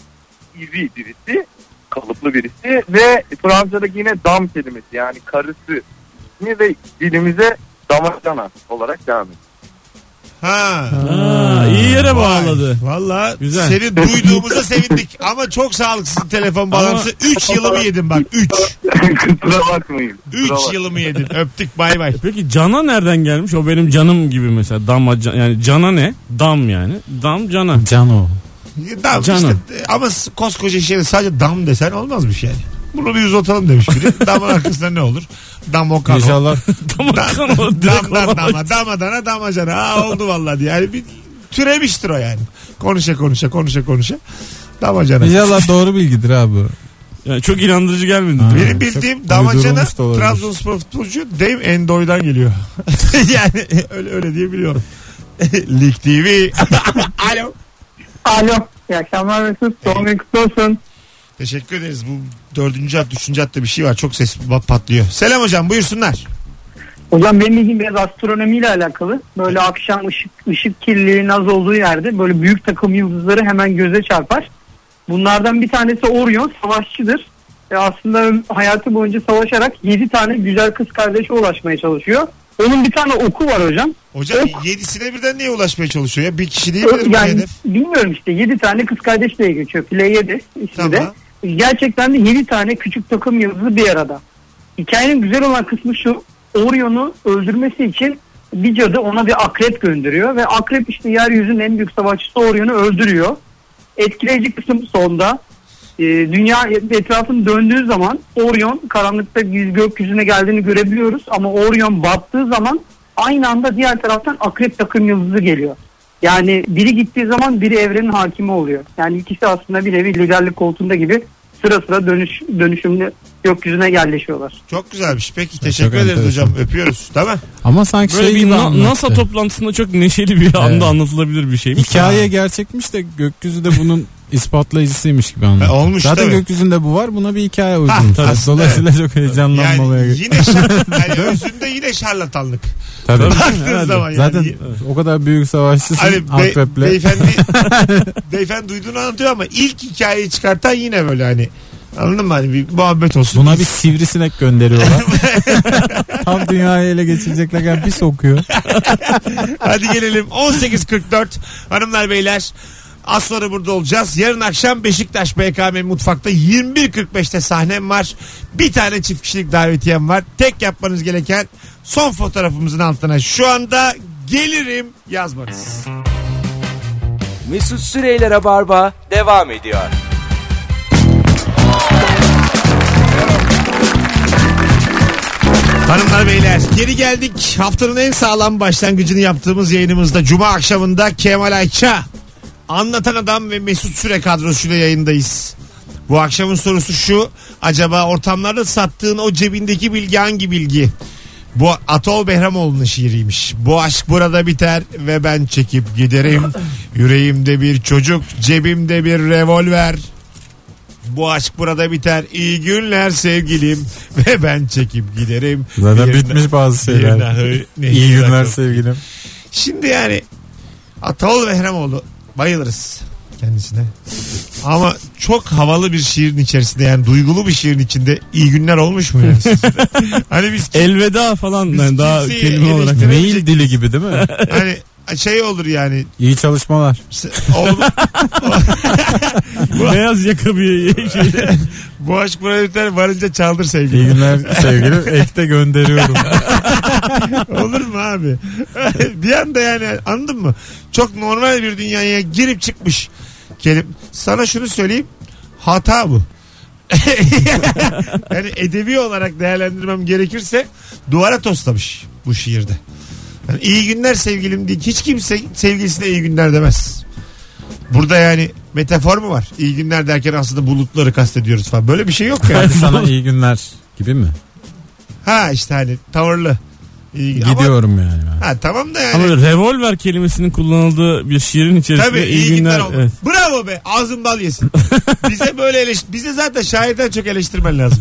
iri birisi. Kalıplı birisi. Ve Fransa'daki yine dam kelimesi yani karısı. ismi Ve dilimize damacana olarak devam ediyor.
Ha.
Aa, iyi yere bağladı.
Valla
Güzel.
seni duyduğumuza sevindik ama çok sağlıksız telefon bağlantısı. 3 yılımı yedin bak 3.
Kusura bakmayın.
3
Kusura bak-
yılımı yedin öptük bay bay.
E Peki cana nereden gelmiş? O benim canım gibi mesela. Dam yani cana ne? Dam yani. Dam cana.
Cano.
Dam
Canım.
işte ama s- koskoca şehrin sadece dam desen olmazmış yani. Bunu bir uzatalım demiş biri. Damın arkasında ne olur? Dam o kan.
İnşallah
Dam kan o direkt
Damdan
olamaz.
dama, damadana damacana. Aa oldu vallahi diye. Yani bir türemiştir o yani. Konuşa konuşa konuşa konuşa. Damacana.
inşallah doğru bilgidir abi. bu.
Yani çok inandırıcı gelmedi. değil mi?
Benim
Çok
bildiğim
uydurulmuş
damacana
da olabilir.
Trabzonspor futbolcu Dame Endoy'dan geliyor. yani öyle, öyle diye biliyorum. Lig TV. Alo.
Alo. İyi akşamlar Mesut. Doğum günün kutlu olsun.
Teşekkür ederiz. Bu dördüncü hat, üçüncü hatta bir şey var. Çok ses pat- patlıyor. Selam hocam buyursunlar.
Hocam benim ilgim biraz astronomiyle alakalı. Böyle akşam ışık, ışık kirliliğinin az olduğu yerde böyle büyük takım yıldızları hemen göze çarpar. Bunlardan bir tanesi Orion savaşçıdır. E aslında hayatı boyunca savaşarak 7 tane güzel kız kardeşe ulaşmaya çalışıyor. Onun bir tane oku var hocam.
Hocam yedisine birden niye ulaşmaya çalışıyor ya? Bir kişi değil midir bu
Yani
hedef?
bilmiyorum işte 7 tane kız kardeş diye geçiyor. Play 7 ismi
Tamam.
de. Gerçekten de 7 tane küçük takım yıldızı bir arada. Hikayenin güzel olan kısmı şu. Orion'u öldürmesi için bir cadı ona bir akrep gönderiyor ve akrep işte yeryüzünün en büyük savaşçısı Orion'u öldürüyor. Etkileyici kısım sonda. Ee, dünya etrafını döndüğü zaman Orion karanlıkta yüz gökyüzüne geldiğini görebiliyoruz ama Orion battığı zaman aynı anda diğer taraftan akrep takım yıldızı geliyor. Yani biri gittiği zaman biri evrenin hakimi oluyor. Yani ikisi aslında bir nevi liderlik koltuğunda gibi sıra sıra dönüş, dönüşümlü gökyüzüne yerleşiyorlar.
Çok güzelmiş. Peki teşekkür ederiz
enteresan.
hocam. Öpüyoruz. Tamam.
Ama sanki
Böyle
şey
bir
gibi
Na-
anlattı.
NASA toplantısında çok neşeli bir anda anlatılabilir bir şeymiş.
Hikaye gerçekmiş de gökyüzü de bunun ispatlayıcısıymış gibi anladım.
E, olmuş
Zaten
tabii.
gökyüzünde bu var buna bir hikaye
Ha,
uydurmuş.
tabii.
Dolayısıyla çok heyecanlanmalıya
Yani
yani,
yine şar- yani özünde yine şarlatanlık.
Tabii.
Baktığın zaman yani.
Zaten o kadar büyük savaşçısın
Hani be-
akreple.
beyefendi beyefendi duyduğunu anlatıyor ama ilk hikayeyi çıkartan yine böyle hani anladın mı hani bir muhabbet olsun.
Buna bir sivrisinek gönderiyorlar. Tam dünyayı ele geçirecekler bir sokuyor.
Hadi gelelim 18.44 hanımlar beyler az sonra burada olacağız. Yarın akşam Beşiktaş BKM mutfakta 21.45'te sahnem var. Bir tane çift kişilik davetiyem var. Tek yapmanız gereken son fotoğrafımızın altına şu anda gelirim yazmanız.
Mesut Süreyler'e barba devam ediyor.
Hanımlar beyler geri geldik. Haftanın en sağlam başlangıcını yaptığımız yayınımızda Cuma akşamında Kemal Ayça Anlatan Adam ve Mesut Süre kadrosuyla yayındayız. Bu akşamın sorusu şu. Acaba ortamlarda sattığın o cebindeki bilgi hangi bilgi? Bu Atol Behramoğlu'nun şiiriymiş. Bu aşk burada biter ve ben çekip giderim. Yüreğimde bir çocuk, cebimde bir revolver. Bu aşk burada biter. İyi günler sevgilim ve ben çekip giderim.
Zaten
Bir yerine-
bitmiş bazı
bir yerine
şeyler.
hı- nehir
İyi günler
bırakıyorum.
sevgilim.
Şimdi yani Ataol Behramoğlu bayılırız kendisine. Ama çok havalı bir şiirin içerisinde yani duygulu bir şiirin içinde iyi günler olmuş mu yani sizce? hani biz
Elveda falan
Biz
yani daha
kimseyi
kelime olarak.
eleştiremeyiz.
Mail dili gibi değil mi?
hani şey olur yani
İyi çalışmalar.
s- oğlum,
Beyaz yaka bir şey.
bu aşk projeler varınca çaldır
İyi
sevgili.
günler sevgilim. Ekte gönderiyorum.
olur mu abi? bir anda yani anladın mı? Çok normal bir dünyaya girip çıkmış. Kelim sana şunu söyleyeyim. Hata bu. yani edebi olarak değerlendirmem gerekirse duvara toslamış bu şiirde. Yani iyi günler sevgilim diye hiç kimse sevgilisine iyi günler demez. Burada yani metafor mu var? İyi günler derken aslında bulutları kastediyoruz falan. Böyle bir şey yok yani.
Hadi sana iyi günler gibi mi?
ha işte hani tavırlı. İyi, Ama,
Gidiyorum yani ben.
ha tamam da yani.
Ama revolver kelimesinin kullanıldığı bir şiirin içerisinde
Tabii
iyi günler.
oldu.
evet.
Bravo be ağzın bal yesin. bize böyle eleş bize zaten şairden çok eleştirmen lazım.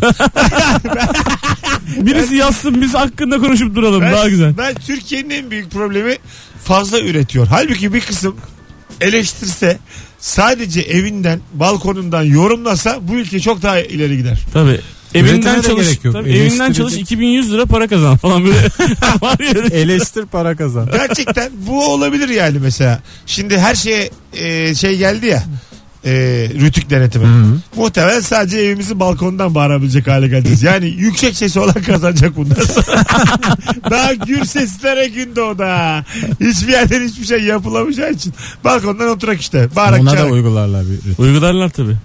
Birisi yazsın biz hakkında konuşup duralım
Ben,
daha güzel.
Ben Türkiye'nin en büyük problemi fazla üretiyor. Halbuki bir kısım eleştirse sadece evinden balkonundan yorumlasa bu ülke çok daha ileri gider.
Tabii
Üretime
Evinden
de
çalış.
gerek yok.
Tabii, evinden
Eleştirecek.
çalış 2100 lira para kazan falan böyle. Var ya öyle.
Eleştir para kazan.
Gerçekten bu olabilir yani mesela. Şimdi her şeye e, şey geldi ya. E, rütük denetimi. Muhtemelen sadece evimizin balkondan bağırabilecek hale geleceğiz. Yani yüksek sesi olan kazanacak bundan sonra. Daha gür seslere gün doğuda. Hiçbir yerden hiçbir şey yapılamayacağı için. Balkondan oturak işte. Bağırak
Ona da
çağırak.
uygularlar bir ritüel.
Uygularlar tabii.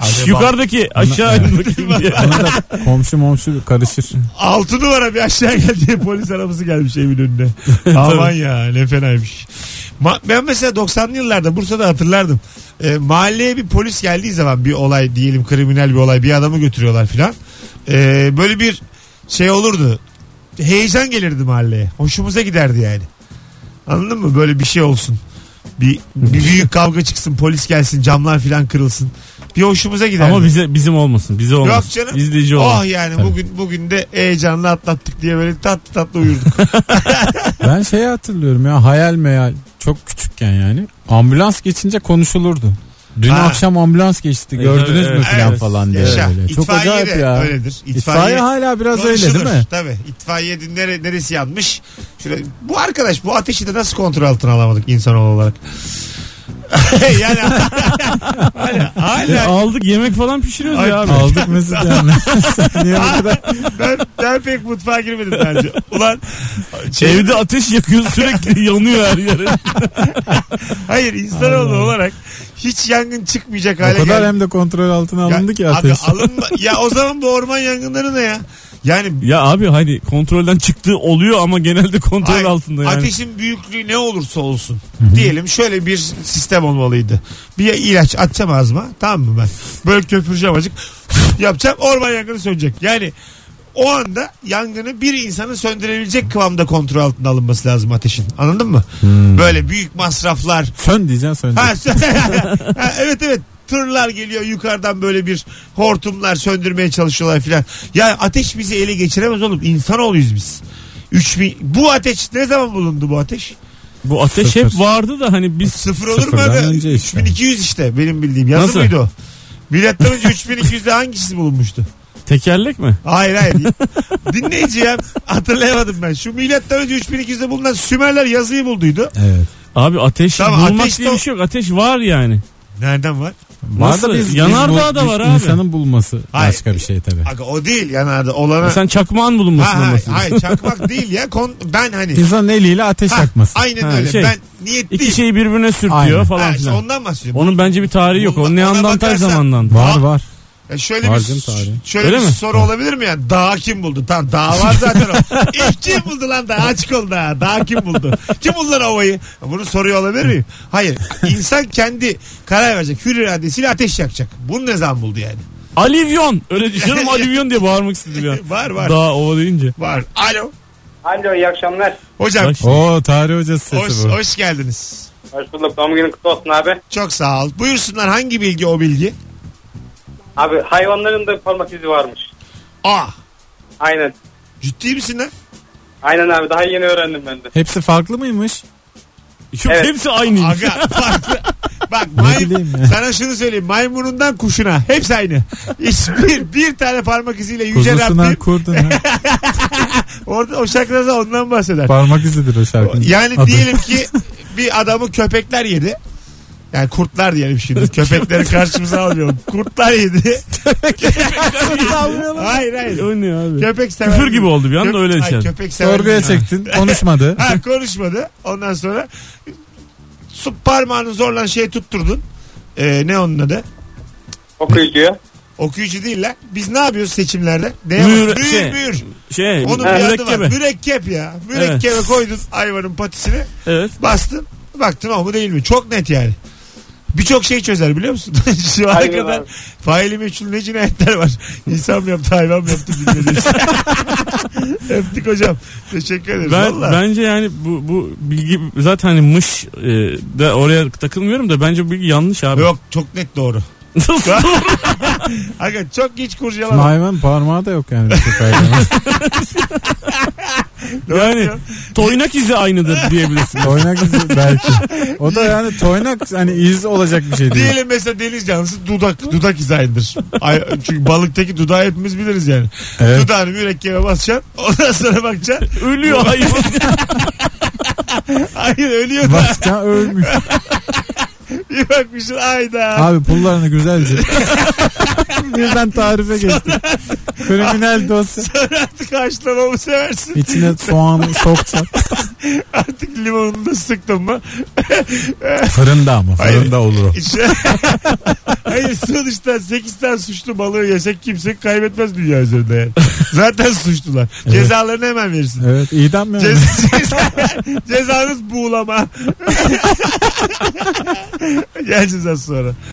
Abi bal-
Yukarıdaki aşağı in bakayım diye.
Ona da komşu momşu karışır.
Altı numara bir aşağı geldi diye polis arabası gelmiş evin önüne. Aman ya ne fenaymış. Ma- ben mesela 90'lı yıllarda Bursa'da hatırlardım. Ee, mahalleye bir polis geldiği zaman bir olay diyelim kriminal bir olay bir adamı götürüyorlar filan. Ee, böyle bir şey olurdu. Heyecan gelirdi mahalleye. Hoşumuza giderdi yani. Anladın mı? Böyle bir şey olsun. Bir, bir büyük kavga çıksın polis gelsin camlar filan kırılsın. Bir hoşumuza giderdi.
Ama bize bizim olmasın. Bize olmasın.
Yok canım.
İzleyici
Oh
olalım.
yani bugün bugün de heyecanla atlattık diye böyle tatlı tatlı uyurduk.
Ben şeyi hatırlıyorum ya hayal meyal çok küçükken yani ambulans geçince konuşulurdu. Dün
Ha.
akşam ambulans geçti
Evet,
gördünüz mü
evet,
falan
evet.
falan diye.
Yaşa.
Böyle. Çok
İtfaiye
acayip
de
ya.
öyledir.
İtfaiye,
İtfaiye
hala biraz öyle değil
Konuşulur.
mi?
Tabii. İtfaiye de nere, neresi yanmış? Şöyle, bu arkadaş bu ateşi de nasıl kontrol altına alamadık insanoğlu olarak? yani hala,
E,
hala
aldık yemek falan pişiriyoruz
Ay,
ya abi.
Aldık Mesut yani. Sen Niye bu kadar?
ben, ben pek mutfağa girmedim bence. Ulan şey-
Evde ateş yakıyor sürekli yanıyor her yere.
hayır insanoğlu olarak hiç yangın çıkmayacak hale
O kadar
geldi.
hem de kontrol altına alındı ki
abi
ateş.
alınma- ya o zaman bu orman yangınları ne ya? Yani
Ya abi hani kontrolden çıktığı oluyor ama genelde kontrol
Ay,
altında yani.
Ateşin büyüklüğü ne olursa olsun. Diyelim şöyle bir sistem olmalıydı. Bir ilaç atacağım ağzıma tamam mı ben? Böyle köpüreceğim azıcık. yapacağım orman yangını sönecek. Yani o anda yangını bir insanın söndürebilecek kıvamda kontrol altına alınması lazım ateşin. Anladın mı?
Hmm.
Böyle büyük masraflar.
Sön diyeceksin sön.
Ha,
diyeceksin.
sö- Ha, evet evet tırlar geliyor yukarıdan böyle bir hortumlar söndürmeye çalışıyorlar filan. Ya ateş bizi ele geçiremez oğlum. İnsanoğluyuz biz. 3000 bu ateş ne zaman bulundu bu ateş?
Bu ateş
Sıfır.
hep vardı da hani biz
Sıfır olur mu?
Sıfırdan
öyle?
önce işte.
3200 işte benim bildiğim. Yazı
Nasıl?
mıydı o? Milattan önce 3200'de hangisi bulunmuştu?
tekerlek mi?
Hayır hayır. Dinleyiciye hatırlayamadım ben. Şu milattan önce 3200'de bulunan Sümerler yazıyı bulduydu.
Evet.
Abi ateş
Tamam,
bulmak
ateş
diye
de-
bir şey yok. Ateş var yani.
Nereden var?
Nasıl? Yanardağ da var abi.
İnsanın bulması
Hayır.
başka bir şey tabii.
Aga o değil yanarda olana.
E Sen çakmağın bulunmasın
Ha, ha,
ama.
hayır çakmak değil ya. Kon, ben hani.
İnsanın eliyle ateş
Ha,
yakması.
Aynen
Ha,
öyle.
şey,
ben niyetliyim.
İki şeyi birbirine sürtüyor
Aynen.
Ha,
falan
işte
filan.
ondan bahsediyorum.
Onun bence bir tarihi yok. O
Ona
Neandertal
bakarsan-
zamandan.
Var var.
Ya şöyle
Var
bir,
canım tarihi.
şöyle
Öyle
bir
mi?
soru olabilir mi ya? Dağ kim buldu? Tamam dağ var zaten o. İlk kim buldu lan dağ? Açık oldu ha. Dağ kim buldu? Kim buldu lan ovayı? Bunu soruyor olabilir miyim? Hayır. İnsan kendi karar verecek. Hür iradesiyle ateş yakacak. Bunu ne zaman buldu yani?
Alivyon. Öyle düşünüyorum alivyon diye bağırmak istedim ya.
Var, var.
Daha ova deyince.
Var. Alo.
Alo iyi akşamlar.
Hocam
Bak.
Oo tarih hocası
hoş,
sesi bu.
hoş geldiniz.
Hoş bulduk. Doğum günün kutlu olsun abi.
Çok sağ ol. Buyursunlar hangi bilgi o bilgi?
Abi hayvanların da parmak izi varmış.
A.
Aynen.
Ciddi misin lan?
Aynen abi daha yeni öğrendim ben de.
Hepsi farklı mıymış?
Şu
Evet.
hepsi aynı.
Aga farklı. Bak may-
bileyim ya.
sana şunu söyleyeyim. Maymunundan kuşuna. Hepsi aynı. Hiçbir bir tane parmak iziyle yüce
Kuzusundan
Rabbim.
kurdun.
Orada o şarkıda da ondan bahseder.
Parmak izidir o şarkının.
Yani
adı.
diyelim ki bir adamı köpekler yedi. Yani kurtlar diyelim şimdi. Köpekleri karşımıza almayalım. Kurtlar yedi. hayır hayır.
O ne abi?
Köpek sever.
Küfür gibi oldu bir anda
Köp-
öyle şey.
Ay,
içer.
Köpek sever.
Sorguya çektin konuşmadı.
Ha konuşmadı. Ondan sonra su parmağını zorla şeye tutturdun. Ee, ne onun adı?
Okuyucuya.
Okuyucu değil lan. Biz ne yapıyoruz seçimlerde? Ne
Mühür-
yapıyoruz? Mühür,
şey,
mühür.
Şey
Onun bir adı var.
mürekkebe.
Mürekkep ya. Mürekkebe koydun hayvanın patisini.
Evet.
Bastın. Baktın o mu değil mi? Çok net yani. Birçok şey çözer biliyor musun? Şu ana
Aynen
kadar
abi.
faili meçhul ne cinayetler var. İnsan mı yaptı hayvan mı yaptı bilmediğimiz. Öptük hocam. Teşekkür ederiz.
Ben,
Vallahi.
bence yani bu, bu bilgi zaten hani mış e, de oraya takılmıyorum da bence bu bilgi yanlış abi.
Yok çok net doğru.
Nasıl?
Aga çok geç
Şimdi
kurcalama.
hayvan parmağı da yok yani. bir şey kaybeden.
yani toynak izi aynıdır diyebilirsin.
Toynak izi belki. O da yani toynak hani iz olacak bir şey değil.
Diyelim mesela deniz canlısı dudak dudak hizayıdır. Ay, çünkü balıktaki dudağı hepimiz biliriz yani.
Evet.
Dudağını mürekkebe basacaksın. Ondan sonra bakacaksın.
Ölüyor hayvan.
Hayır ölüyor da.
Başka ölmüş.
Bir bakmışsın ayda.
Abi pullarını güzelce. Birden tarife geçti. Kriminal dosya.
Artık haşlamamı seversin.
İçine soğan soksa.
Artık limonunu da sıktın mı?
Fırında ama
Hayır.
fırında olur o.
İşte- Hayır sonuçta 8 tane suçlu balığı yesek kimse kaybetmez dünya üzerinde yani. Zaten suçlular. Cezalarını hemen verirsin.
Evet idam yani.
Cez- ceza- cezanız buğulama. Geleceğiz az sonra.